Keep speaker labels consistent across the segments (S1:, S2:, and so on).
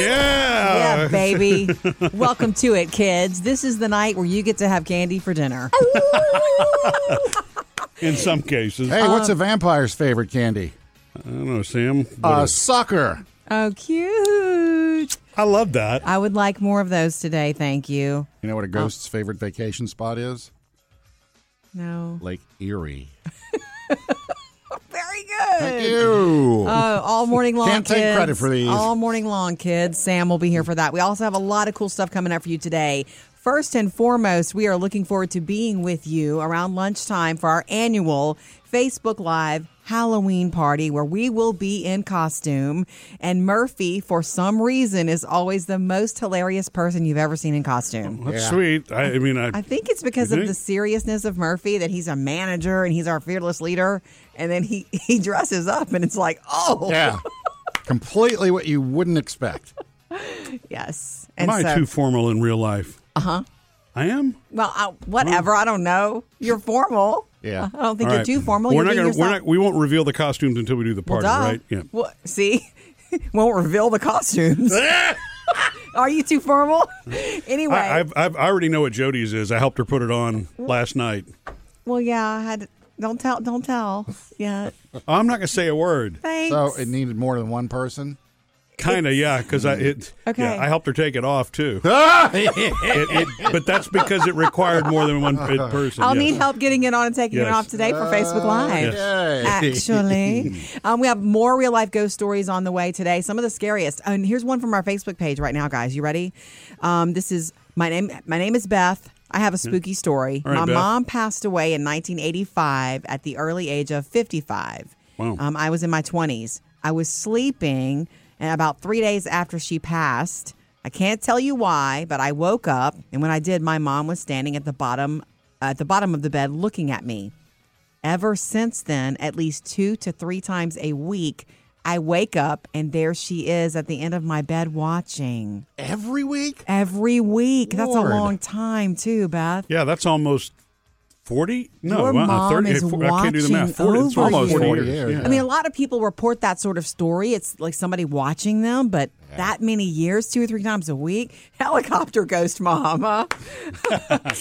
S1: Yeah.
S2: Yeah, baby. Welcome to it, kids. This is the night where you get to have candy for dinner.
S1: In some cases.
S3: Hey, what's
S2: Um,
S3: a vampire's favorite candy? Uh,
S1: I don't know,
S2: Uh,
S1: Sam. What
S3: A
S1: is-
S3: sucker.
S2: Oh, cute.
S1: I love that.
S2: I would like more of those today, thank you.
S3: You know what a ghost's favorite vacation spot is?
S2: No.
S3: Lake Erie.
S2: Very good.
S3: Thank you.
S2: Oh, all morning long.
S3: Can't take
S2: kids.
S3: credit for these.
S2: All morning long, kids. Sam will be here for that. We also have a lot of cool stuff coming up for you today. First and foremost, we are looking forward to being with you around lunchtime for our annual Facebook Live Halloween party where we will be in costume. And Murphy, for some reason, is always the most hilarious person you've ever seen in costume.
S1: That's sweet. I, I mean, I,
S2: I think it's because
S1: You
S2: of the
S1: think?
S2: seriousness of Murphy that he's a manager and he's our fearless leader. And then he, he dresses up and it's like, oh.
S3: Yeah. Completely what you wouldn't expect.
S2: Yes.
S1: am
S2: And
S1: I
S2: so, Uh-huh.
S1: too formal in real life? Uh huh. I am.
S2: well, I, whatever. I don't know. You're formal.
S3: Yeah.
S2: I don't think
S1: All
S2: you're
S1: right.
S2: too formal. you're
S1: We're not
S2: being
S1: gonna. We're
S2: yourself.
S1: not. We won't reveal the costumes until we do the party,
S2: Well, duh.
S1: right? Yeah.
S2: Well, see, won't reveal the costumes. Are you too formal? anyway.
S1: I, I've, I've, I already know what Jody's is. I helped her put it on last night.
S2: well, yeah. I had. Don't tell. Don't tell. Yeah.
S1: I'm not going to say a word.
S2: Thanks.
S3: So it needed more than one person.
S1: Kind of, yeah, because I it.
S2: Okay.
S1: Yeah, I helped her take it off too.
S3: Ah!
S1: It- it- but that's because it required more than one p- person.
S2: I'll
S1: yes.
S2: need help getting it on and taking it
S1: Yes.
S2: off today for Facebook Live.
S3: Yes.
S2: Actually, um, we have more real life ghost stories on the way today. Some of the scariest. And here's one from our Facebook page right now, guys. You ready? Um, this is my name. My name is Beth. I have a spooky story.
S1: All right,
S2: my
S1: Beth.
S2: mom passed away in 1985 at the early age of 55.
S1: Wow.
S2: Um, I was in my 20s. I was sleeping, and about three days after she passed, I can't tell you why, but I woke up, and when I did, my mom was standing at the bottom at the bottom of the bed, looking at me. Ever since then, at least two to three times a week, I wake up and there she is at the end of my bed watching.
S3: Every week?
S2: Every week. That's a
S3: Lord.
S2: long time, too, Beth.
S1: Yeah, that's almost forty. No,
S2: Your
S1: uh,
S2: mom
S1: 30,
S2: is
S1: uh, four- I can't do the math.
S2: watching
S1: Forty. It's
S2: over
S1: almost
S2: you.
S1: forty
S3: 40
S1: years.
S3: years.
S1: yeah.
S2: I mean, a lot of people report that sort of story. It's like somebody watching them, but that many years, two or three times a week. Helicopter ghost mom, huh?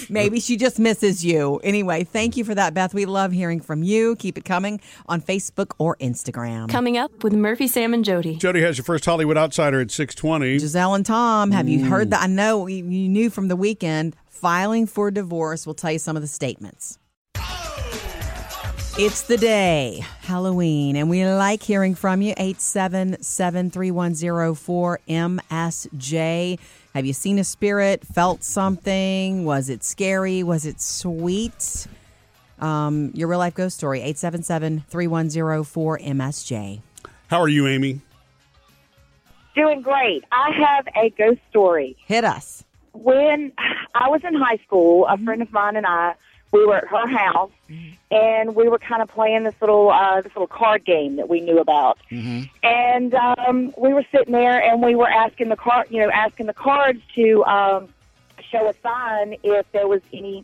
S2: Maybe she just misses you. Anyway, thank you for that, Beth. We love hearing from you. Keep it coming on Facebook or Instagram.
S4: Coming up with Murphy, Sam, and Jody.
S1: Jody has your first Hollywood outsider at six twenty.
S2: Giselle and Tom, have you heard that? I know you you knew from the weekend filing for divorce. We'll tell you some of the statements. It's the day, Halloween, and we like hearing from you. 877-3104-MSJ. Have you seen a spirit? Felt something? Was it scary? Was it sweet? Um, your real life ghost story, 877-3104-MSJ.
S1: How are you, Amy?
S5: Doing great. I have a ghost story.
S2: Hit us.
S5: When I was in high school, a friend of mine and I, we were at her house, and we were kind of playing this little uh, this little card game that we knew about. And um, we were sitting there, and we were asking the card, you know, asking the cards to um, show a sign if there was any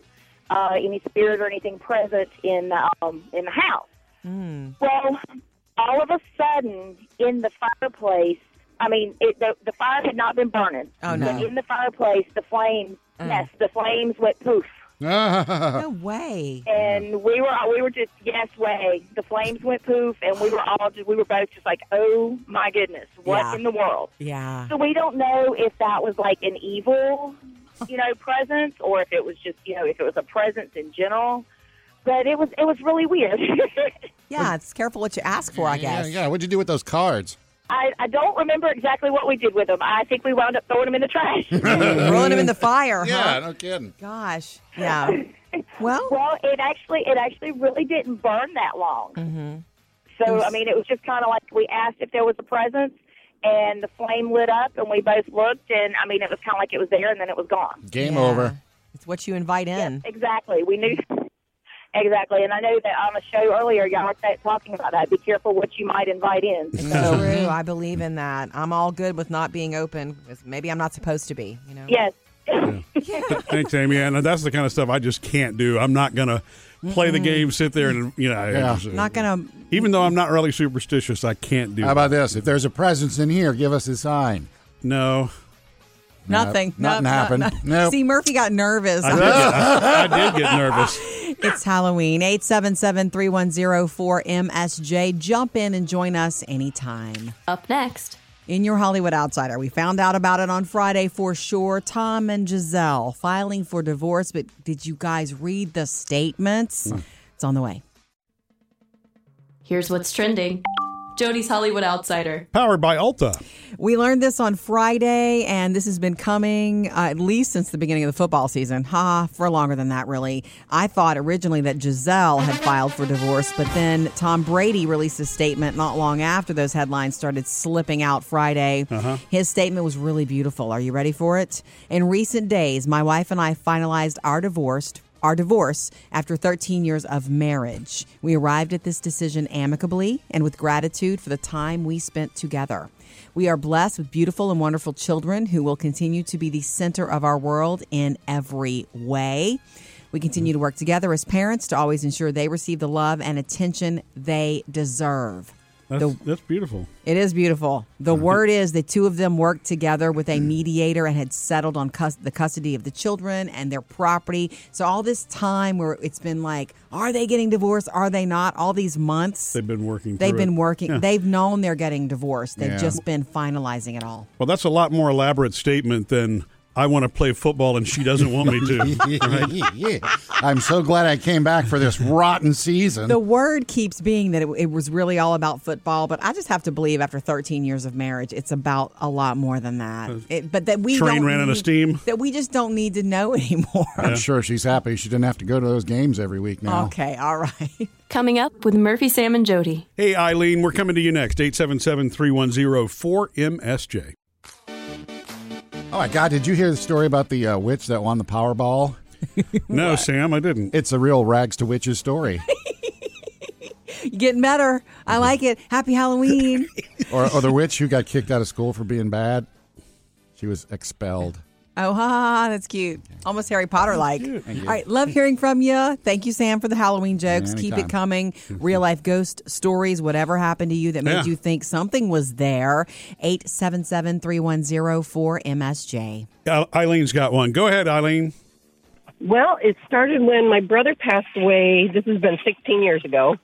S5: uh, any spirit or anything present in um, in the house.
S2: Hmm.
S5: Well, all of a sudden, in the fireplace, I mean, it, the, the fire had not been burning.
S2: Oh, no. Mm.
S5: But in the fireplace, the flames, yes, the flames went poof.
S2: No way.
S5: And we were we were just yes way the flames went poof and we were all just, we were both just like oh my goodness what
S2: Yeah.
S5: in the world
S2: Yeah.
S5: so we don't know if that was like an evil, you know, presence or if it was just, you know, if it was a presence in general. But it was it was really weird.
S2: Yeah, it's careful what you ask for, I
S3: Yeah,
S2: guess.
S3: yeah. What'd you do with those cards?
S5: I, I don't remember exactly what we did with them. I think we wound up throwing them in the trash.
S2: Rolling them in the fire,
S1: Uh-huh.
S3: Yeah,
S2: huh?
S3: no kidding.
S2: Gosh. Yeah. Well,
S5: well, it actually it actually really didn't burn that long. Mm-hmm. So I mean, it was just kind of like we asked if there was a presence, and the flame lit up, and we both looked, and I mean, it was kind of like it was there, and then it was gone.
S3: Game
S2: yeah.
S3: over.
S2: It's what you invite in.
S5: Exactly. We knew exactly, and I know that on the show earlier, y'all were ta- talking about that. Be careful what you might invite in.
S2: So true. I believe in that. I'm all good with not being open. 'cause Maybe I'm not supposed to be, you know?
S5: yes.
S1: Thanks, Amy. And that's the kind of stuff I just can't do. I'm not gonna play the game, sit there, and you know, uh, I-
S3: Yeah.
S1: just-
S2: Not going to.
S1: Even though I'm not really superstitious, I can't do.
S3: How
S1: it.
S3: about this? If there's a presence in here, give us a sign.
S1: No,
S2: Nothing.
S3: nothing
S2: Nope,
S3: happened.
S2: nope, nope.
S3: Nope.
S2: See, Murphy got nervous.
S1: I did, get, I, I did get nervous.
S2: It's Halloween. 877 msj Jump in and join us anytime.
S4: Up next.
S2: In your Hollywood Outsider, we found out about it on Friday for sure. Tom and Giselle filing for divorce, but did you guys read the statements? It's on the way.
S4: Here's what's trending Jody's Hollywood Outsider.
S1: Powered by Ulta.
S2: We learned this on Friday, and this has been coming uh, at least since the beginning of the football season. Ha, for longer than that, really. I thought originally that Giselle had filed for divorce, but then Tom Brady released a statement not long after those headlines started slipping out Friday. His statement was really beautiful. Are you ready for it? In recent days, my wife and I finalized our divorced our divorce after 13 years of marriage. We arrived at this decision amicably and with gratitude for the time we spent together. We are blessed with beautiful and wonderful children who will continue to be the center of our world in every way. We continue to work together as parents to always ensure they receive the love and attention they deserve.
S1: That's,
S2: The-
S1: that's beautiful.
S2: It is beautiful. The word is the two of them worked together with a mediator and had settled on cus- the custody of the children and their property. So all this time where it's been like, are they getting divorced? Are they not? All these months
S1: They've been working.
S2: they've
S1: through
S2: been
S1: it.
S2: working.
S1: Yeah.
S2: They've known they're getting divorced. They've
S3: Yeah.
S2: just been finalizing it all.
S1: Well, that's a lot more elaborate statement than I want to play football and she doesn't want me to.
S3: I'm so glad I came back for this rotten season.
S2: The word keeps being that it, it was really all about football, but I just have to believe after 13 years of marriage, it's about a lot more than that. It, but that we
S1: Train
S2: don't
S1: ran out of
S2: need-
S1: steam.
S2: That we just don't need to know anymore.
S3: I'm sure she's happy she didn't have to go to those games every week now.
S2: Oh, Okay, all right.
S4: Coming up with Murphy, Sam, and Jody.
S1: hey, Eileen, we're coming to you next. 877 310 4MSJ.
S3: Oh my God! Did you hear the story about the uh, witch that won the Powerball?
S1: No, Sam, I didn't.
S3: It's a real rags to witches story,
S2: You're getting better. I like it. Happy Halloween.
S3: or, or the witch who got kicked out of school for being bad. She was expelled.
S2: oh, ha, ha, ha, that's cute. Almost Harry Potter like. All right, love hearing from you. Thank you, Sam, for the Halloween jokes. Keep it
S3: anytime.
S2: coming. Real life ghost stories, whatever happened to you that made
S1: Yeah.
S2: you think something was there. 877 310 4MSJ.
S1: Uh, Eileen's got one. Go ahead, Eileen.
S6: Well, it started when my brother passed away. This has been 16 years ago.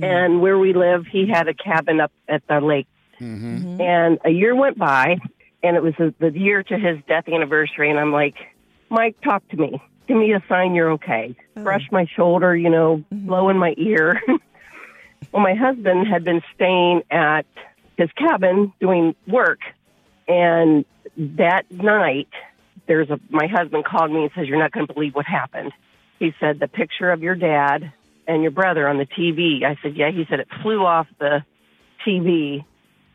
S6: And where we live, he had a cabin up at the lake. And a year went by, and it was the the year to his death anniversary. And I'm like, Mike, talk to me. Give me a sign you're okay. Brush my shoulder, you know, blow in my ear. well, my husband had been staying at his cabin doing work. And that night, there's a my husband called me and says you're not going to believe what happened he said the picture of your dad and your brother on the tv i said yeah he said it flew off the tv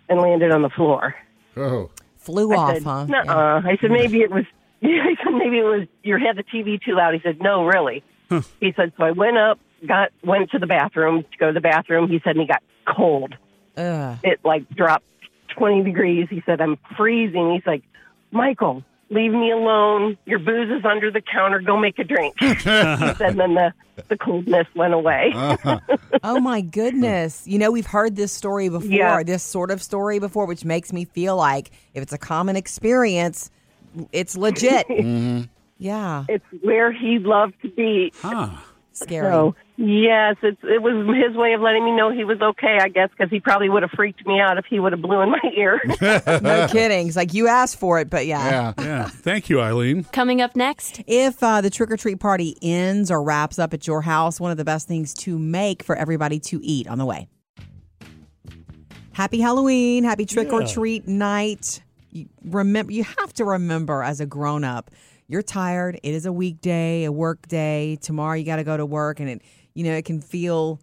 S6: and landed on the floor
S3: Oh,
S2: Flew
S6: I
S2: off,
S6: said,
S2: huh?
S6: nuh
S2: Yeah.
S6: I said maybe it was. I said maybe it was you had the TV too loud. He said no, really.
S2: Hmm.
S6: He said so. I went up, got went to the bathroom to go to the bathroom. He said and he got cold. It like dropped twenty degrees. He said I'm freezing. He's like, Michael, leave me alone. Your booze is under the counter. Go make a drink. he said and then the the coldness went away.
S2: Oh my goodness. You know, we've heard this story before,
S6: Yeah.
S2: this sort of story before, which makes me feel like if it's a common experience, it's legit. Yeah.
S6: it's where he loved to be.
S1: Ah,
S2: Scary.
S6: So yes, it's it was his way of letting me know he was okay, I guess, because he probably would have freaked me out if he would have blew in my ear.
S2: No kidding. It's like you asked for it, but yeah.
S3: yeah.
S1: yeah. Thank you, Eileen.
S4: Coming up next,
S2: If uh, the trick or treat party ends or wraps up at your house, one of the best things to make for everybody to eat on the way. Happy Halloween. Happy trick or treat night. You remember, you have to remember as a grown up, you're tired. It is a weekday, a work day. Tomorrow you got to go to work, and it, you know, it can feel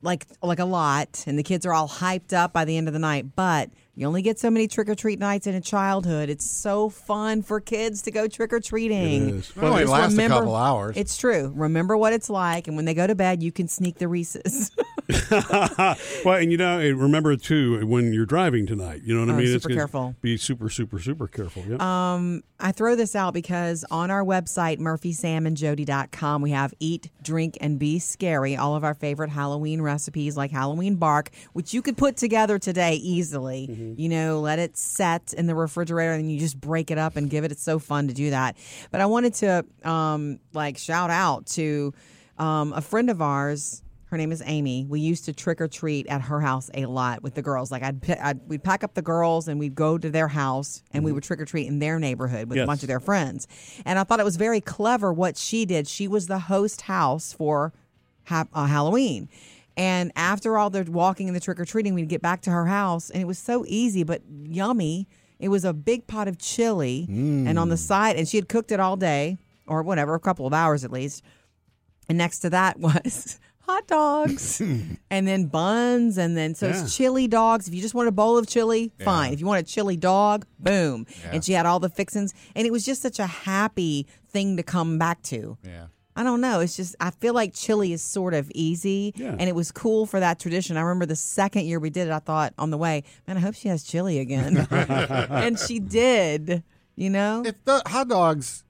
S2: like like a lot and the kids are all hyped up by the end of the night but you only get so many trick or treat nights in a childhood it's so fun for kids to go trick or treating
S1: It is.
S3: It only
S2: Just
S3: lasts a
S2: remember-
S3: couple hours.
S2: it's true remember what it's like and when they go to bed you can sneak the reese's
S1: well, and you know, eh, remember too when you're driving tonight. You know what
S2: Oh,
S1: I mean?
S2: super
S1: gonna
S2: careful. Uh,
S1: Be super, super, super careful. Yeah.
S2: I throw this out because on our website, murphysamandjody.com, we have Eat, Drink, and Be Scary, all of our favorite Halloween recipes like Halloween bark, which you could put together today easily.
S3: Mm-hmm.
S2: You know, let it set in the refrigerator and you just break it up and give it. It's so fun to do that. But I wanted to um, like shout out to um, a friend of ours. Her name is Amy. We used to trick or treat at her house a lot with the girls. Like I'd, pi- I'd we'd pack up the girls and we'd go to their house and we would trick or treat in their neighborhood with
S1: Yes.
S2: a bunch of their friends. And I thought it was very clever what she did. She was the host house for ha- uh, Halloween. And after all the walking and the trick or treating, we'd get back to her house and it was so easy but yummy. It was a big pot of chili and on the side and she had cooked it all day or whatever, a couple of hours at least. And next to that was hot dogs and then buns. And then so
S1: Yeah.
S2: it's chili dogs. If you just want a bowl of chili, fine. If you want a chili dog, boom. And she had all the fixings. And it was just such a happy thing to come back to.
S3: Yeah.
S2: I don't know. It's just, I feel like chili is sort of easy.
S1: Yeah.
S2: And it was cool for that tradition. I remember the second year we did it, I thought on the way, man, I hope she has chili again. and she did, you know?
S3: If the hot dogs,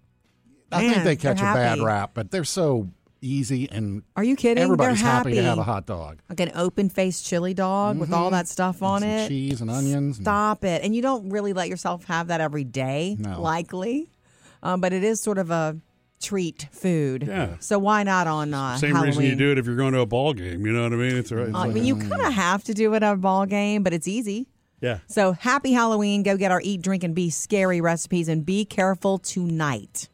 S3: I think
S2: Man,
S3: they catch a
S2: they're
S3: bad
S2: happy.
S3: rap, but they're so easy and
S2: Are you kidding?
S3: everybody's
S2: They're
S3: happy to
S2: happy.
S3: have a hot dog.
S2: like an open faced chili dog with
S1: Mm-hmm.
S2: all that stuff on
S3: Some
S2: it.
S3: cheese and onions. and-
S2: Stop it. And you don't really let yourself have that every day,
S3: No.
S2: likely. Um, but it is sort of a treat food.
S1: Yeah.
S2: So why not on uh,
S1: Same
S2: Halloween?
S1: reason you do it Mm-hmm. if you're going to a ball game. You know what I mean? It's all right.
S2: Uh, I mean, you kind of have to do it at a ball game, but it's easy.
S1: yeah.
S2: So happy Halloween. Go get our eat, drink, and be scary recipes and be careful tonight.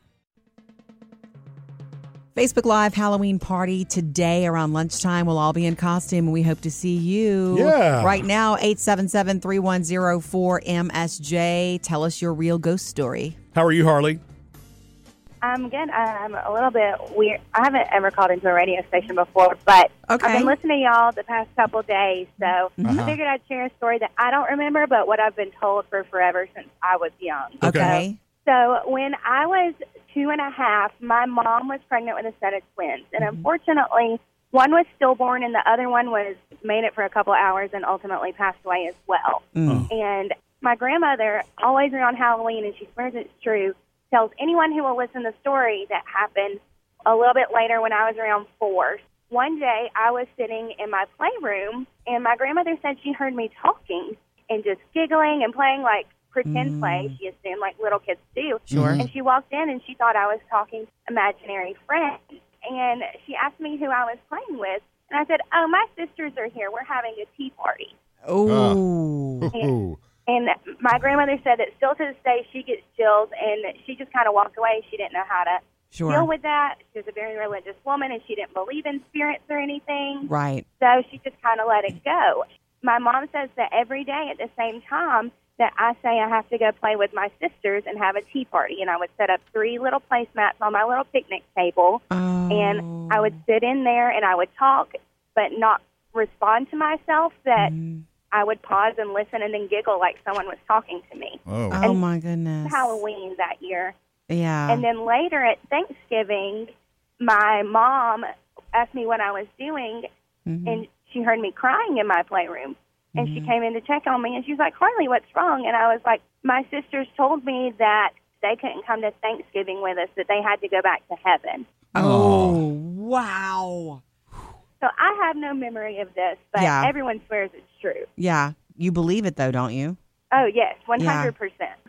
S2: Facebook Live Halloween party today around lunchtime. We'll all be in costume and we hope to see you.
S1: Yeah.
S2: Right now, 877 3104 MSJ. Tell us your real ghost story.
S1: How are you, Harley?
S7: Um, good. I'm a little bit weird. I haven't ever called into a radio station before, but
S2: Okay.
S7: I've been listening to y'all the past couple days, so I figured I'd share a story that I don't remember, but what I've been told for forever since I was young.
S1: Okay.
S7: So when I was two and a half, my mom was pregnant with a set of twins, and unfortunately, one was stillborn, and the other one was made it for a couple hours and ultimately passed away as well. And my grandmother always around Halloween, and she swears it's true, tells anyone who will listen the story that happened a little bit later when I was around four. One day, I was sitting in my playroom, and my grandmother said she heard me talking and just giggling and playing like pretend play. She assumed like little kids do. Sure. And she walked in and she thought I was talking to imaginary friends. And she asked me who I was playing with. And I said, Oh, my sisters are here. We're having a tea party.
S1: Uh,
S2: Oh.
S3: Ooh.
S7: And my grandmother said that still to this day, she gets chills and she just kind of walked away. She didn't know how to
S2: Sure.
S7: deal with that. She was a very religious woman and she didn't believe in spirits or anything.
S2: Right.
S7: So she just kind of let it go. My mom says that every day at the same time that I say I have to go play with my sisters and have a tea party. And I would set up three little placemats on my little picnic table. And I would sit in there and I would talk, but not respond to myself, that I would pause and listen and then giggle like someone was talking to me.
S3: Oh.
S2: Oh, my goodness.
S7: Halloween that year.
S2: Yeah.
S7: And then later at Thanksgiving, my mom asked me what I was doing, and she heard me crying in my playroom. And she came in to check on me, and she was like, Harley, what's wrong? And I was like, My sisters told me that they couldn't come to Thanksgiving with us, that they had to go back to heaven.
S2: oh, wow.
S7: So I have no memory of this, but
S2: Yeah.
S7: everyone swears it's true.
S2: Yeah. You believe it, though, don't you?
S7: Oh, yes, 100%.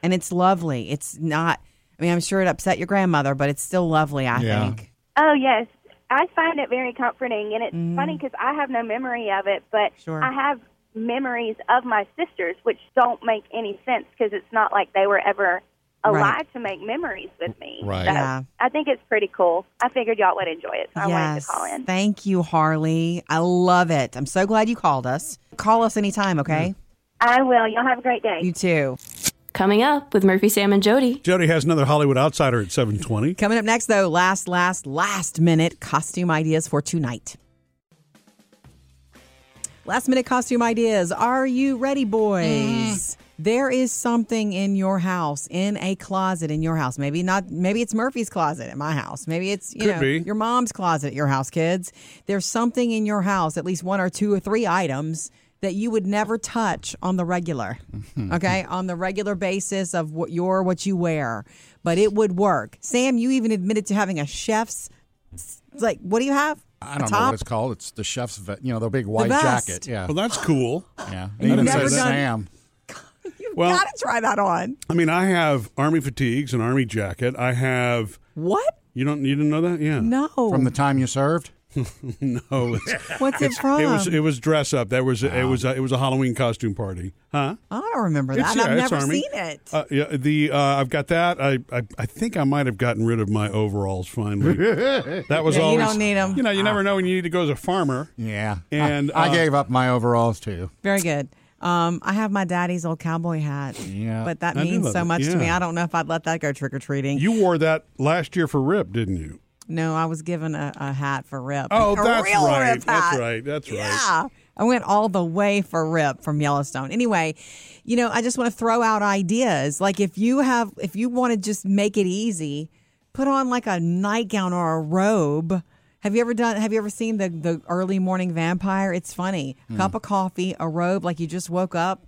S2: and it's lovely. It's not. I mean, I'm sure it upset your grandmother, but it's still lovely. I
S3: Yeah.
S2: think.
S7: Oh yes, I find it very comforting, and it's funny 'cause funny because I have no memory of it, but
S2: Mm. Sure.
S7: I have memories of my sisters, which don't make any sense because it's not like they were ever
S2: Right.
S7: alive to make memories with me.
S3: Right.
S7: So
S2: Yeah.
S7: I think it's pretty cool. I figured y'all would enjoy it, so I wanted to
S2: yes.
S7: call in.
S2: Thank you, Harley. I love it. I'm so glad you called us. Call us anytime, okay?
S7: I will. Y'all have a great day.
S2: You too.
S4: Coming up with Murphy, Sam, and Jody.
S1: Jody has another Hollywood outsider at 720.
S2: Coming up next, though, last, last, last minute costume ideas for tonight.
S3: Mm.
S2: Last minute costume ideas. Are you ready, boys? there is something in your house, in a closet in your house. Maybe not. Maybe it's Murphy's closet at my house. Maybe it's you
S1: Could
S2: know
S1: be.
S2: your mom's closet at your house, kids. There's something in your house, at least one or two or three items that you would never touch on the regular. okay, on the regular basis of what your what you wear, but it would work. Sam, you even admitted to having a chef's like. What do you have?
S3: I
S2: A
S3: don't know
S2: top?
S3: what it's called. It's the chef's, ve- you know, the big white
S2: vest.
S3: jacket. Yeah,
S1: Well, that's cool.
S3: yeah.
S1: you've
S3: They even
S1: never
S3: says
S1: done-
S3: Sam.
S2: You've
S1: Well-
S2: got to try that on.
S1: I mean, I have army fatigues, an army jacket. I have.
S2: What?
S1: You don't. You didn't know that? Yeah.
S2: No.
S3: From the time you served,
S1: No. It's,
S2: What's it from?
S1: Oh, it was. It was dress up. That was. It was. A, it was a Halloween costume party. Huh.
S2: I don't remember that.
S1: It's- yeah,
S2: I've
S1: it's
S2: never
S1: Army.
S2: seen it.
S1: Uh, yeah, the uh, I've got that. I, I I think I might have gotten rid of my overalls finally. that was
S2: Yeah, you
S1: always
S2: don't need 'em. Ah.
S1: You know, you never know when you need to go as a farmer.
S3: yeah.
S1: And,
S3: I, I
S1: uh,
S3: gave up my overalls too.
S2: Very good. Um, I have my daddy's old cowboy hat.
S3: Yeah.
S2: But that
S1: I do
S2: means
S1: love
S2: so
S1: it.
S2: much to me.
S1: Yeah.
S2: I don't know if I'd let that go trick or treating.
S1: You wore that last year for Rip, didn't you?
S2: no, I was given a, a hat for Rip.
S1: Oh,
S2: a
S1: that's
S2: real
S1: right.
S2: Rip
S1: That's
S2: hat.
S1: right. That's right.
S2: Yeah. I went all the way for Rip from Yellowstone. Anyway, you know, I just want to throw out ideas. Like if you have, if you want to just make it easy, put on like a nightgown or a robe. Have you ever done? Have you ever seen the the early morning vampire? It's funny.
S1: Hmm.
S2: A cup of coffee, a robe, like you just woke up,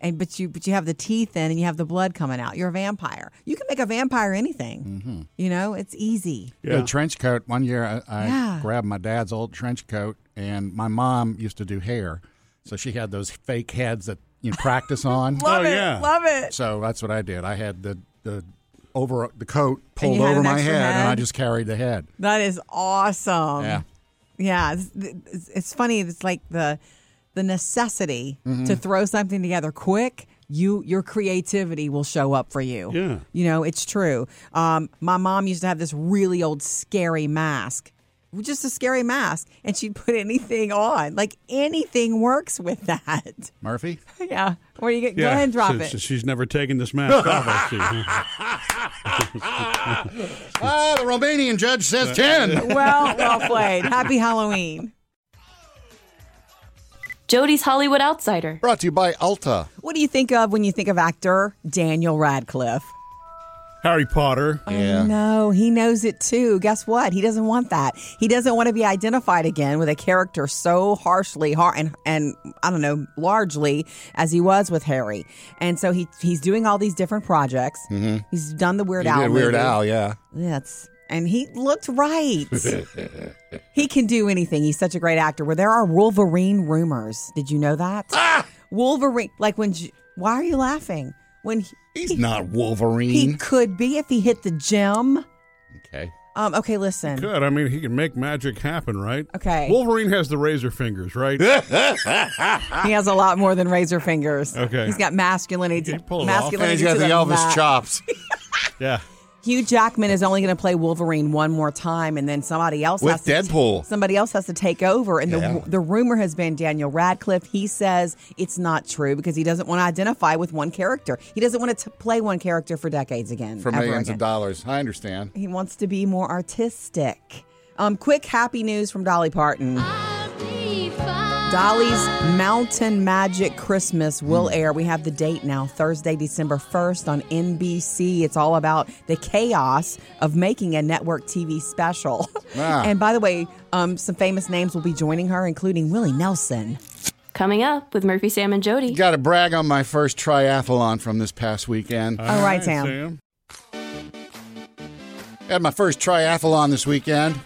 S2: and but you but you have the teeth in and you have the blood coming out. You're a vampire. You can make a vampire anything.
S1: Mm-hmm.
S2: You know, it's easy.
S1: Yeah.
S3: The trench coat. One year, I, I
S2: Yeah.
S3: grabbed my dad's old trench coat, and my mom used to do hair, so she had those fake heads that you practice on.
S1: Love Oh, it. yeah. Love
S2: it.
S3: So that's what I did. I had the the over the coat pulled
S2: you had
S3: over
S2: an
S3: my
S2: extra
S3: head, and I
S2: head?
S3: just carried the head.
S2: That is awesome.
S3: Yeah.
S2: Yeah, it's, it's, it's funny. It's like the the necessity
S1: Mm-hmm.
S2: to throw something together quick. You your creativity will show up for you.
S1: Yeah.
S2: you know it's true. Um, my mom used to have this really old scary mask, just a scary mask, and she'd put anything on. Like anything works with that.
S3: Murphy.
S2: yeah, where you get, go
S1: Yeah.
S2: ahead and drop
S1: Since
S2: it.
S1: She's never taken this mask off. I see. Huh?
S3: Ah, the Romanian judge says ten.
S2: well, well played. Happy Halloween.
S4: Jody's Hollywood Outsider.
S3: Brought to you by Alta.
S2: What do you think of when you think of actor Daniel Radcliffe?
S1: Harry Potter.
S2: Mm-hmm.
S3: Yeah.
S2: No, he knows it too. Guess what? He doesn't want that. He doesn't want to be identified again with a character so harshly har- and and I don't know, largely as he was with Harry. And so he he's doing all these different projects. He's done the Weird
S3: Mm-hmm. He
S2: Al.
S3: did Weird
S2: movie.
S3: Al, yeah.
S2: That's and he looked right. he can do anything. He's such a great actor. Where there are Wolverine rumors. Did you know that?
S1: Ah!
S2: Wolverine, like when. J- Why are you laughing? When he,
S3: He's not
S2: he
S3: Wolverine.
S2: could be if he hit the gym.
S3: okay.
S2: Um, okay, listen.
S1: Good. I mean, he can make magic happen, right?
S2: Okay.
S1: Wolverine has the razor fingers, right?
S2: He has a lot more than razor fingers.
S1: Okay.
S2: He's got masculinity.
S1: He pulled it off.
S2: masculinity
S3: And he's got
S2: to
S3: the Elvis
S2: mat.
S3: chops.
S1: yeah.
S2: Hugh Jackman is only going to play Wolverine one more time, and then somebody else
S3: With
S2: has to
S3: Deadpool.
S2: somebody else has to take over. And
S3: Yeah.
S2: the the rumor has been Daniel Radcliffe. He says it's not true because he doesn't want to identify with one character. He doesn't want to play one character for decades again.
S3: For
S2: ever
S3: millions
S2: again.
S3: of dollars. I understand.
S2: He wants to be more artistic. Um, quick happy news from Dolly Parton. Dolly's Mountain Magic Christmas will air. We have the date now, Thursday, December 1st on NBC. It's all about the chaos of making a network TV special.
S3: Wow.
S2: and by the way, um, some famous names will be joining her, including Willie Nelson.
S4: Coming up with Murphy, Sam, and Jody.
S3: Got to brag on my first triathlon from this past weekend.
S2: All right,
S1: Sam.
S2: Sam.
S3: Had my first triathlon this weekend.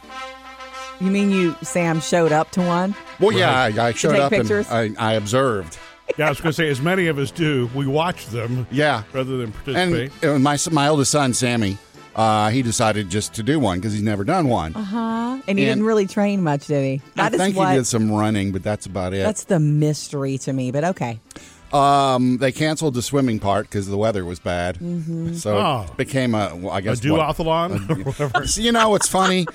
S2: You mean you, Sam, showed up to one?
S3: Well, yeah, I, I showed
S2: take
S3: up
S2: pictures?
S3: and I, I observed.
S1: Yeah, I was going to say, as many of us do, we watch them
S3: Yeah.
S1: rather than participate.
S3: And uh, my my oldest son Sammy, uh, he decided just to do one because he's never done one.
S2: And he
S3: And-
S2: didn't really train much, did he? That
S3: I
S2: is
S3: think
S2: what.
S3: he did some running, but that's about it.
S2: That's the mystery to me, but okay.
S3: Um, they canceled the swimming part because the weather was bad, so
S1: Oh.
S3: it became a well, I
S1: a
S3: guess what-
S1: duathlon or whatever.
S3: So you know what's funny?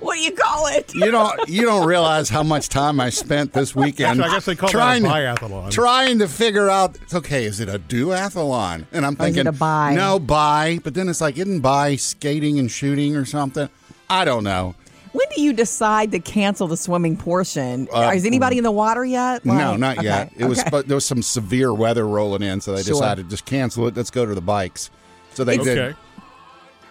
S2: What do you call it?
S3: You don't you don't realize how much time I spent this weekend
S1: Actually, I guess they call that a
S3: trying
S1: biathlon.
S3: To, trying to figure out okay, is it a duathlon? And I'm
S2: Or is it
S3: thinking
S2: a bi?
S3: No, bi, but then it's like isn't bi skating and shooting or something? I don't know.
S2: When do you decide to cancel the swimming portion? Is anybody in the water yet?
S3: Uh, no,
S2: Like-
S3: not
S2: okay,
S3: yet. It was
S2: okay.
S3: but there was some severe weather rolling in, so they
S2: Sure.
S3: decided just cancel it. Let's go to the bikes. So they did.
S1: Okay.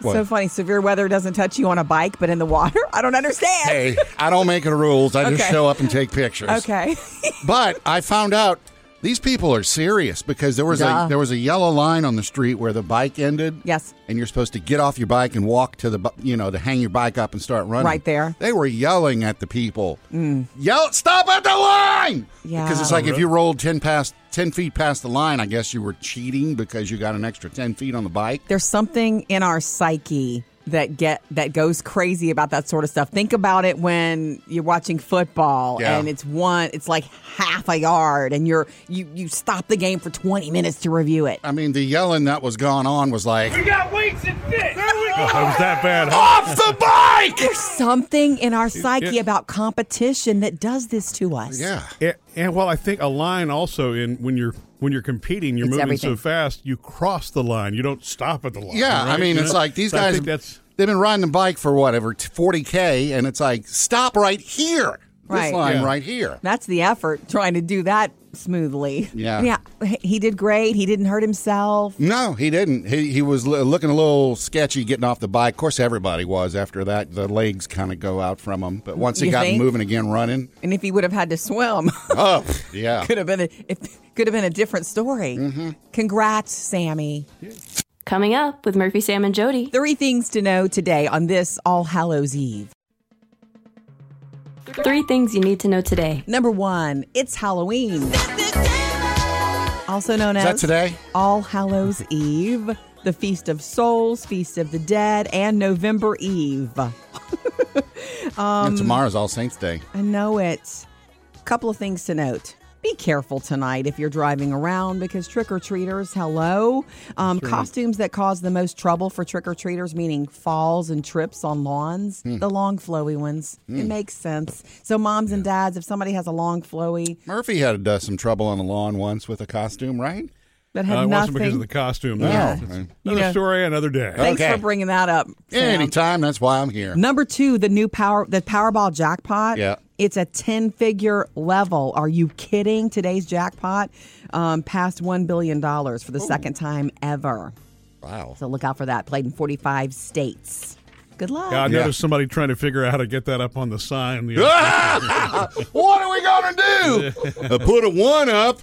S3: what?
S2: so funny. Severe weather doesn't touch you on a bike, but in the water, I don't understand.
S3: Hey, I don't make the rules. I just
S2: Okay.
S3: show up and take pictures.
S2: Okay.
S3: But I found out these people are serious because there was
S2: Duh.
S3: a there was a yellow line on the street where the bike ended.
S2: Yes.
S3: And you're supposed to get off your bike and walk to the bu- you know to hang your bike up and start running.
S2: Right there. Mm.
S3: They were yelling at the people. Yell! Stop at the line.
S2: Yeah.
S3: Because it's like if you rolled ten past ten feet past the line, I guess you were cheating because you got an extra ten feet on the bike.
S2: There's something in our psyche that get that goes crazy about that sort of stuff. Think about it when you're watching football
S3: Yeah.
S2: and it's one, it's like half a yard, and you're you you stop the game for 20 minutes to review it.
S3: I mean, the yelling that was going on was like
S8: got weights and fit.
S1: Oh, it was that bad. Huh?
S3: off the bike.
S2: There's something in our psyche
S1: yeah.
S2: about competition that does this to us.
S3: yeah.
S1: And, and well, I think a line also in when you're when you're competing, you're
S2: It's
S1: moving
S2: everything.
S1: so fast, you cross the line. You don't stop at the line.
S3: Yeah, I
S1: right?
S3: mean,
S1: You
S3: it's
S1: know?
S3: like these
S1: So I
S3: guys.
S1: think that's
S3: they've been riding the bike for whatever forty k, and it's like stop right here,
S2: Right.
S3: this line
S1: Yeah.
S3: right here.
S2: That's the effort trying to do that smoothly.
S3: Yeah.
S2: Yeah. He did great. He didn't hurt himself.
S3: No, he didn't. He he was l- looking a little sketchy getting off the bike. Of course, everybody was after that. The legs kind of go out from him, but once he
S2: You
S3: got
S2: think?
S3: moving again, running.
S2: And if he would have had to swim,
S3: Oh, yeah.
S2: could have been a, it could have been a different story.
S3: Mm-hmm.
S2: Congrats, Sammy.
S4: Coming up with Murphy, Sam, and Jody.
S2: Three things to know today on this All Hallows Eve.
S4: Three things you need to know today.
S2: Number one, it's Halloween. Also known as
S3: Is that today?
S2: All Hallows Eve, the Feast of Souls, Feast of the Dead, and November Eve. Um,
S3: And tomorrow's All Saints Day.
S2: I know it. Couple of things to note. Be careful tonight if you're driving around because trick or treaters, hello. Um, costumes that cause the most trouble for trick or treaters, meaning falls and trips on lawns,
S1: Hmm.
S2: the long flowy ones. It makes sense. So, moms and dads, if somebody has a long flowy
S3: Murphy had uh, some trouble on the lawn once with a costume, right?
S2: that
S1: uh,
S2: had
S1: it wasn't
S2: nothing.
S1: because of the costume.
S3: Yeah.
S1: That's-
S3: You
S1: Another
S2: know-
S1: story, another day.
S2: Thanks
S3: Okay.
S2: for bringing that up. Sam.
S3: Anytime. That's why I'm here.
S2: Number two, the new power, the Powerball jackpot.
S3: Yeah.
S2: it's a ten-figure level. Are you kidding? Today's jackpot um, passed one billion dollars for the second time ever.
S3: Wow.
S2: So look out for that. Played in forty-five states. Good luck.
S1: God, I
S3: Yeah. Ah!
S1: noticed somebody trying to figure out how to get that up on the sign. The
S3: what are we going to do? Uh, Put a one up.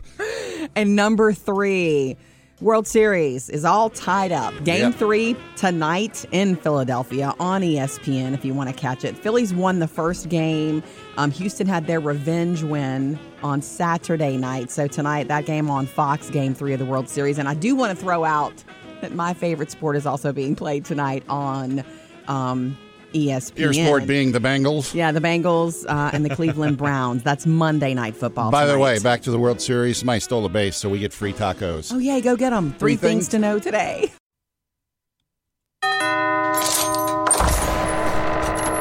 S2: And number three, World Series is all tied up. Game
S3: Yep.
S2: three tonight in Philadelphia on E ESPN if you want to catch it. Phillies won the first game. Um, Houston had their revenge win on Saturday night. So tonight, that game on Fox, game three of the World Series. And I do want to throw out that my favorite sport is also being played tonight on um, ESPN.
S3: Your sport being the Bengals.
S2: yeah, the Bengals uh, and the Cleveland Browns. That's Monday night football.
S3: By the
S2: tonight.
S3: way, back to the World Series. Somebody stole a base, so we get free tacos.
S2: Oh, yeah, go get them. Three,
S3: Three
S2: things
S3: things.
S2: to know today.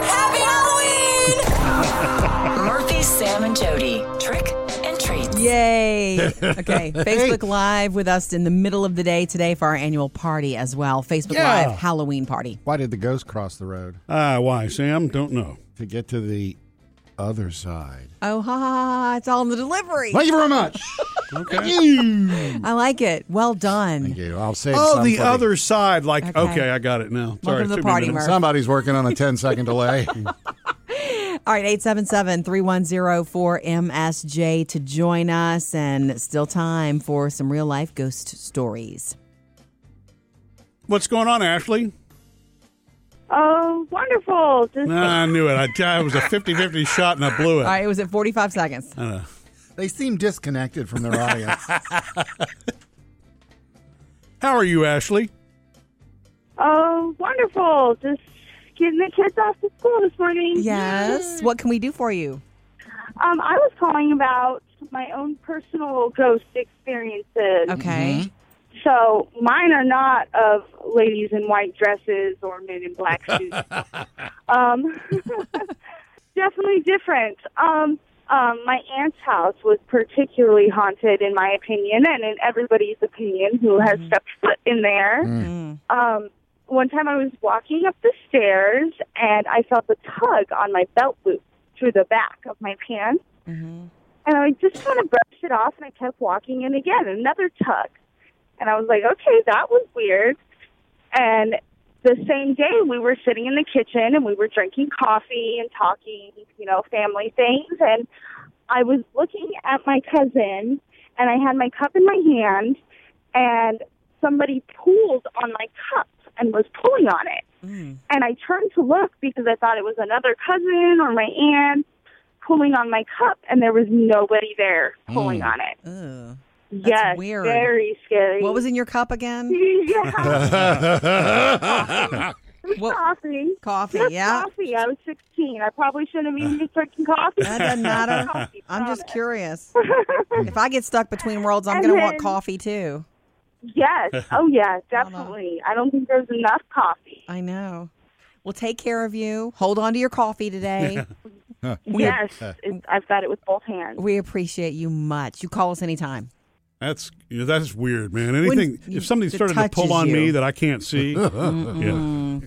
S9: Happy Halloween! Murphy, Sam, and Jody. Trick and treats.
S2: Yay. Okay. Facebook Live with us in the middle of the day today for our annual party as well. Facebook
S1: Yeah.
S2: Live Halloween party.
S3: Why did the ghost cross the road?
S1: Ah, why, Sam? Don't know.
S3: To get to the other side.
S2: Oh, ha, ha, ha. It's all in the delivery.
S3: Thank you very much. okay.
S2: I like it. Well done.
S3: Thank you. I'll say
S1: Oh, the other side. Like,
S2: Okay.
S1: okay, I got it now. Sorry,
S2: Welcome to the
S1: took me a
S2: party,
S1: minute.
S2: Murph.
S3: Somebody's working on a 10 second delay.
S2: All right, 877 310 4MSJ to join us, and still time for some real life ghost stories.
S1: What's going on, Ashley?
S5: Oh, wonderful. Just
S1: Nah, I knew it. I, I was a 50-50 shot and I blew it. uh,
S2: All right, it was at 45 seconds.
S3: they seem disconnected from their audience.
S1: How are you, Ashley?
S5: Oh, wonderful. Just getting the kids off to school this morning.
S2: Yes. What can we do for you?
S5: Um, I was calling about my own personal ghost experiences.
S2: Okay.
S5: So mine are not of ladies in white dresses or men in black suits. um, definitely different. Um, um, my aunt's house was particularly haunted, in my opinion, and in everybody's opinion who has stepped foot in there. Um, one time I was walking up the stairs and I felt a tug on my belt loop through the back of my pants. And I just kind of brushed it off and I kept walking and again, another tug. And I was like, okay, that was weird. And the same day, we were sitting in the kitchen and we were drinking coffee and talking, you know, family things. And I was looking at my cousin and I had my cup in my hand and somebody pulled on my cup and was pulling on it.
S2: Mm.
S5: And I turned to look because I thought it was another cousin or my aunt pulling on my cup, and there was nobody there pulling on it.
S2: Mm-hmm. Ugh.
S5: yes,
S2: Mm. weird.
S5: very scary.
S2: What was in your cup again?
S5: yeah,
S2: What
S5: coffee.
S2: coffee?
S5: Just
S2: Yeah.
S5: coffee. I was 16. I probably shouldn't have even been drinking coffee.
S2: That doesn't matter.
S5: Coffee,
S2: I'm just
S5: promise.
S2: curious. If I get stuck between worlds, I'm
S5: And
S2: going to want
S5: then-
S2: coffee too.
S5: Yes. Oh, yeah, definitely. I don't think there's enough coffee.
S2: I know. Well, take care of you. Hold on to your coffee today.
S5: Yes, it's, I've got it with both hands.
S2: we appreciate you much. You call us anytime.
S1: That's you know, that's weird, man. Anything
S2: you-
S1: if somebody
S2: it
S1: started to pull
S2: touches
S1: on me
S2: you.
S1: that I can't see, yeah.
S2: All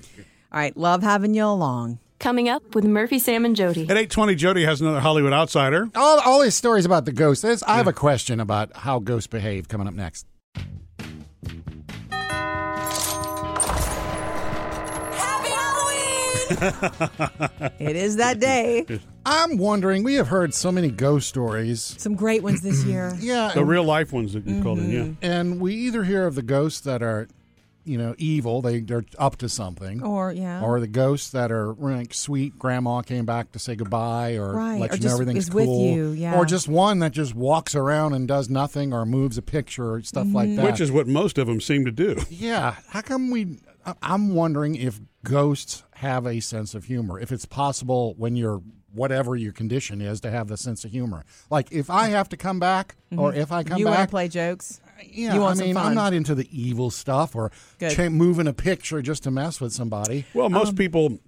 S2: right. Love having you along.
S4: Coming up with Murphy, Sam, and Jody.
S1: At eight twenty, Jody has another Hollywood outsider.
S8: All, all these stories about the ghosts. There's- I have a question about how ghosts behave coming up next.
S9: Happy Halloween!
S2: It is that day.
S8: I'm wondering, we have heard so many ghost stories.
S2: Some great ones this year.
S8: Yeah.
S2: Mm-hmm.
S1: The real life ones that you called in, yeah.
S8: and we either hear of the ghosts that are, you know, evil, they, they're up to something.
S2: Or, yeah.
S8: Or the ghosts that are like sweet, grandma came back to say goodbye or
S2: Right,
S8: let
S2: or
S8: you know
S2: just
S8: everything's
S2: is with
S8: cool.
S2: you, yeah.
S8: Or just one that just walks around and does nothing or moves a picture or stuff
S2: Mm-hmm.
S8: like that.
S1: Which is what most of them seem to do.
S8: Yeah. How come we? I- I'm wondering if ghosts have a sense of humor. If it's possible when you're whatever your condition is to have the sense of humor. Like if I have to come back, or if I come
S2: Mm-hmm. you want to
S8: back,
S2: play jokes?
S8: yeah.
S2: you want
S8: I
S2: some
S8: mean,
S2: fun.
S8: I'm not into the evil stuff or
S2: Good.
S8: cha- moving a picture just to mess with somebody.
S1: Well,
S2: Um,
S1: most people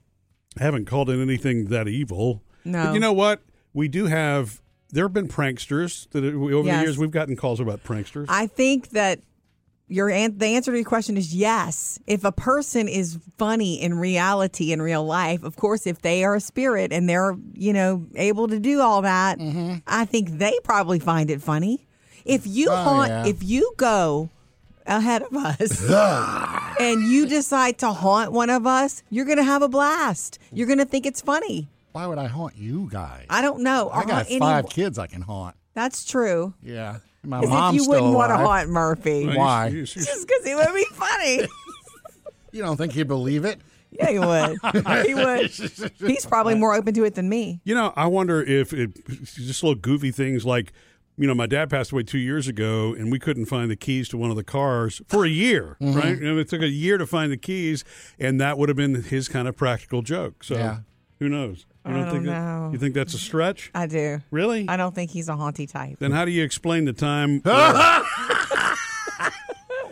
S1: haven't called it anything that evil.
S2: No.
S1: But you know what? We do have. There have been pranksters that uh, we- over the
S2: Yes.
S1: years we've gotten calls about pranksters.
S2: I think that your an- the answer to your question is yes. If a person is funny in reality in real life, of course, if they are a spirit and they're you know able to do all that,
S8: Mm-hmm.
S2: I think they probably find it funny. If you haunt,
S8: Oh, yeah.
S2: if you go ahead of us and you decide to haunt one of us, you're gonna have a blast. You're gonna think it's funny.
S8: Why would I haunt you guys?
S2: I don't know. or
S8: I got
S2: haunt any-
S8: five kids I can haunt.
S2: That's true.
S8: Yeah, my
S2: As if
S8: mom's
S2: you wouldn't
S8: still
S2: want to
S8: alive.
S2: haunt Murphy.
S1: You-
S8: why?
S1: you- you-
S2: Just because it would be funny.
S8: You don't think you believe it?
S2: Yeah, he would. he would. He's probably more open to it than me.
S1: You know, I wonder if it just little goofy things like, you know, my dad passed away two years ago, and we couldn't find the keys to one of the cars for a year, right? And it took a year to find the keys, and that would have been his kind of practical joke. So,
S8: Yeah.
S1: who knows? You
S2: I don't
S1: think that-
S2: know.
S1: you think that's a stretch?
S2: I do.
S1: Really?
S2: I don't think he's a haunty type.
S1: Then how do you explain the time? where-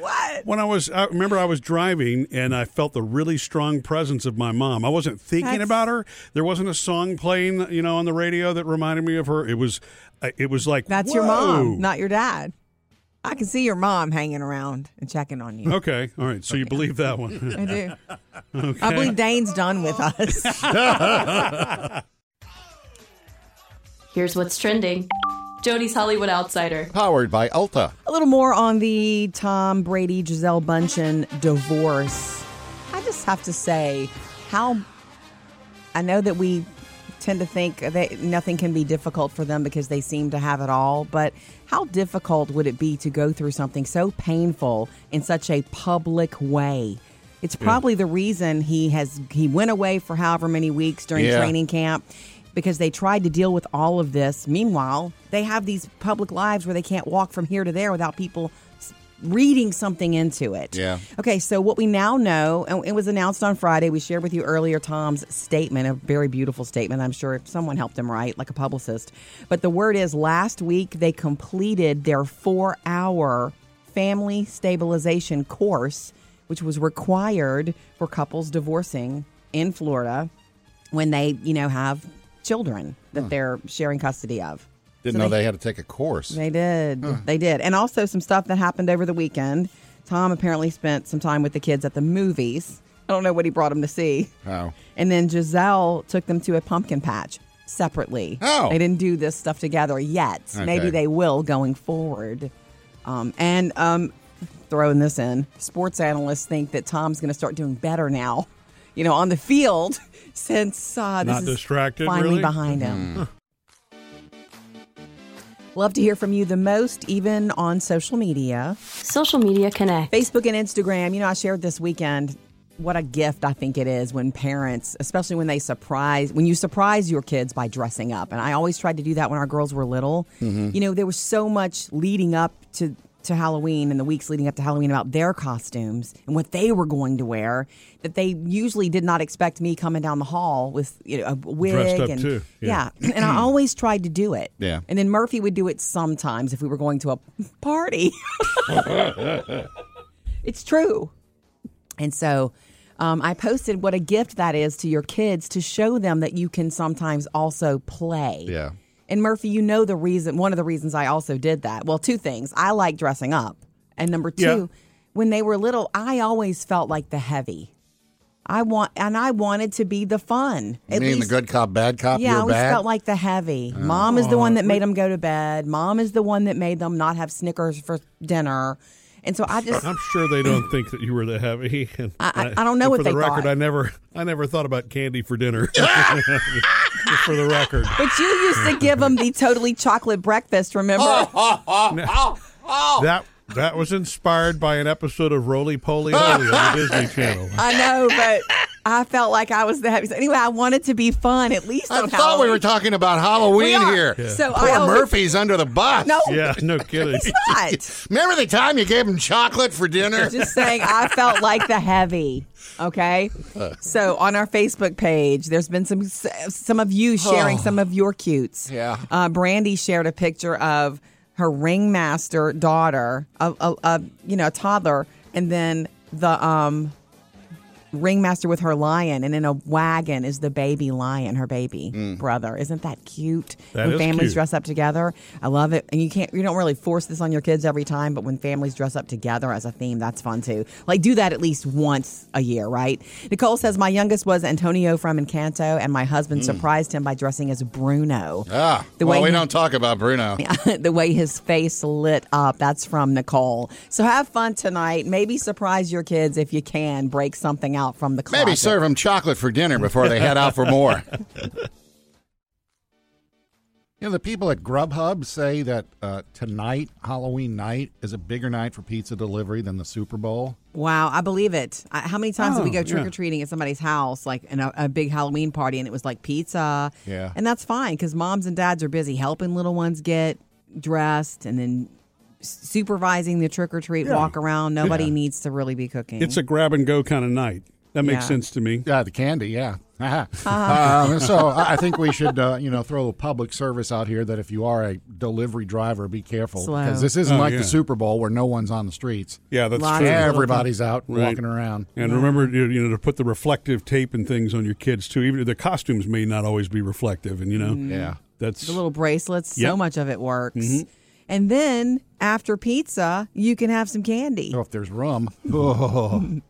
S2: What?
S1: When I was, I remember I was driving and I felt the really strong presence of my mom. I wasn't thinking
S2: That's-
S1: about her. There wasn't a song playing, you know, on the radio that reminded me of her. It was, uh, it was like
S2: That's your mom,
S1: whoa.
S2: not your dad. I can see your mom hanging around and checking on you.
S1: Okay, all right. So you believe that one?
S2: I do. I believe Dane's done with us.
S4: Here's what's trending Jody's Hollywood Outsider.
S3: Powered by Ulta.
S2: a little more on the Tom Brady Giselle Bunchen divorce. I just have to say how I know that we tend to think that nothing can be difficult for them because they seem to have it all, but how difficult would it be to go through something so painful in such a public way? It's probably the reason he has he went away for however many weeks during
S3: Yeah.
S2: training camp because they tried to deal with all of this. Meanwhile, they have these public lives where they can't walk from here to there without people s- reading something into it.
S3: Yeah.
S2: Okay, so what we now know, and it was announced on Friday. We shared with you earlier Tom's statement, a very beautiful statement. I'm sure someone helped him write, like a publicist. But the word is last week they completed their four hour family stabilization course, which was required for couples divorcing in Florida when they, you know, have children that they're sharing custody of.
S3: Didn't know they, had to take a course.
S2: They did. They did. And also some stuff that happened over the weekend. Tom apparently spent some time with the kids at the movies. I don't know what he brought him to see.
S3: Oh.
S2: And then Giselle took them to a pumpkin patch separately.
S3: Oh.
S2: They didn't do this stuff together yet.
S3: Okay.
S2: Maybe they will going forward. Um, and um, throwing this in, sports analysts think that Tom's going to start doing better now, you know, on the field since uh, this
S1: Not
S2: is
S1: distracted,
S2: finally
S1: really? Mm-hmm.
S2: behind him. Love to hear from you the most, even on social media.
S4: Social media connect.
S2: Facebook and Instagram. You know, I shared this weekend what a gift I think it is when parents, especially when they surprise, when you surprise your kids by dressing up. And I always tried to do that when our girls were little.
S1: Mm-hmm.
S2: You know, there was so much leading up to to Halloween and the weeks leading up to Halloween about their costumes and what they were going to wear that they usually did not expect me coming down the hall with you know a wig
S1: Dressed up
S2: and
S1: too, yeah.
S2: yeah. and I always tried to do it
S3: Yeah.
S2: and then Murphy would do it sometimes if we were going to a party it's true. And so um, I posted what a gift that is to your kids to show them that you can sometimes also play.
S3: Yeah.
S2: And Murphy, you know the reason, one of the reasons I also did that. Well, two things. I like dressing up. And number two,
S1: Yeah.
S2: when they were little, I always felt like the heavy. I want, and I wanted to be the fun.
S3: You
S2: At
S3: mean
S2: least-
S3: the good cop, bad cop,
S2: yeah, I
S3: you're
S2: always
S3: bad?
S2: felt like the heavy. Mom is the one that made them go to bed. Mom is the one that made them not have Snickers for dinner. And so I just,
S1: I'm sure they don't think that you were the heavy. And
S2: I- I- I don't know
S1: and
S2: what
S1: for the
S2: they
S1: record.
S2: thought.
S1: I never, I never thought about candy for dinner. Just for the record,
S2: But you used to give them the totally chocolate breakfast,
S3: Oh.
S2: remember?
S1: that that was inspired by an episode of Roly Poly Holy on the Disney Channel.
S2: I know, but I felt like I was the heaviest. Anyway, I wanted to be fun at least.
S3: I
S2: on
S3: thought we
S2: Halloween.
S3: were talking about Halloween
S2: We are.
S3: here.
S2: Yeah. So
S3: Poor
S2: I always-
S3: Murphy's under the bus.
S2: No.
S1: Yeah, no kidding.
S2: It's not.
S3: Remember the time you gave him chocolate for dinner?
S2: Just saying, I felt like the heavy. Okay, so on our Facebook page, there's been some some of you sharing some of your cutes.
S3: Yeah.
S2: uh, Brandy shared a picture of her ringmaster daughter, a, a, a you know a toddler, and then the um ringmaster with her lion, and in a wagon is the baby lion, her baby brother. Isn't that cute?
S1: That
S2: when
S1: is
S2: families
S1: cute.
S2: dress up together, I love it. And you can't, you don't really force this on your kids every time, but when families dress up together as a theme, that's fun too. Like do that at least once a year, right? Nicole says my youngest was Antonio from Encanto, and my husband surprised him by dressing as Bruno.
S3: Ah,
S2: The
S3: well,
S2: way
S3: we
S2: he-
S3: don't talk about Bruno.
S2: the way his face lit up. That's from Nicole. So have fun tonight. Maybe surprise your kids if you can. Break something out from the closet.
S3: Maybe serve them chocolate for dinner before they head out for more.
S8: You know, the people at Grubhub say that uh, tonight, Halloween night, is a bigger night for pizza delivery than the Super Bowl.
S2: Wow, I believe it. I, how many times did we
S1: Oh,
S2: go
S1: yeah.
S2: trick or treating at somebody's house, like in a, a big Halloween party, and it was like pizza?
S8: Yeah.
S2: And that's fine because moms and dads are busy helping little ones get dressed and then s- supervising the trick or treat walk around. Nobody needs to really be cooking.
S1: It's a grab and go kind of night. That makes
S2: Yeah.
S1: sense to me.
S8: Yeah, the candy, yeah.
S2: Uh-huh.
S8: um, so I I think we should, uh, you know, throw a public service out here that if you are a delivery driver, be careful
S2: Slow.
S8: because this isn't
S1: Oh,
S8: like
S1: yeah.
S8: the Super Bowl where no one's on the streets.
S1: Yeah, that's
S2: Lots
S1: true.
S2: of little
S8: Everybody's out
S1: Right.
S8: walking around.
S1: And remember, you you know, to put the reflective tape and things on your kids too. Even the costumes may not always be reflective, and you know,
S3: Yeah.
S1: that's
S2: the little bracelets. So
S1: Yep. Mm-hmm.
S2: much of it works. And then after pizza, you can have some candy.
S8: So if there's room, oh,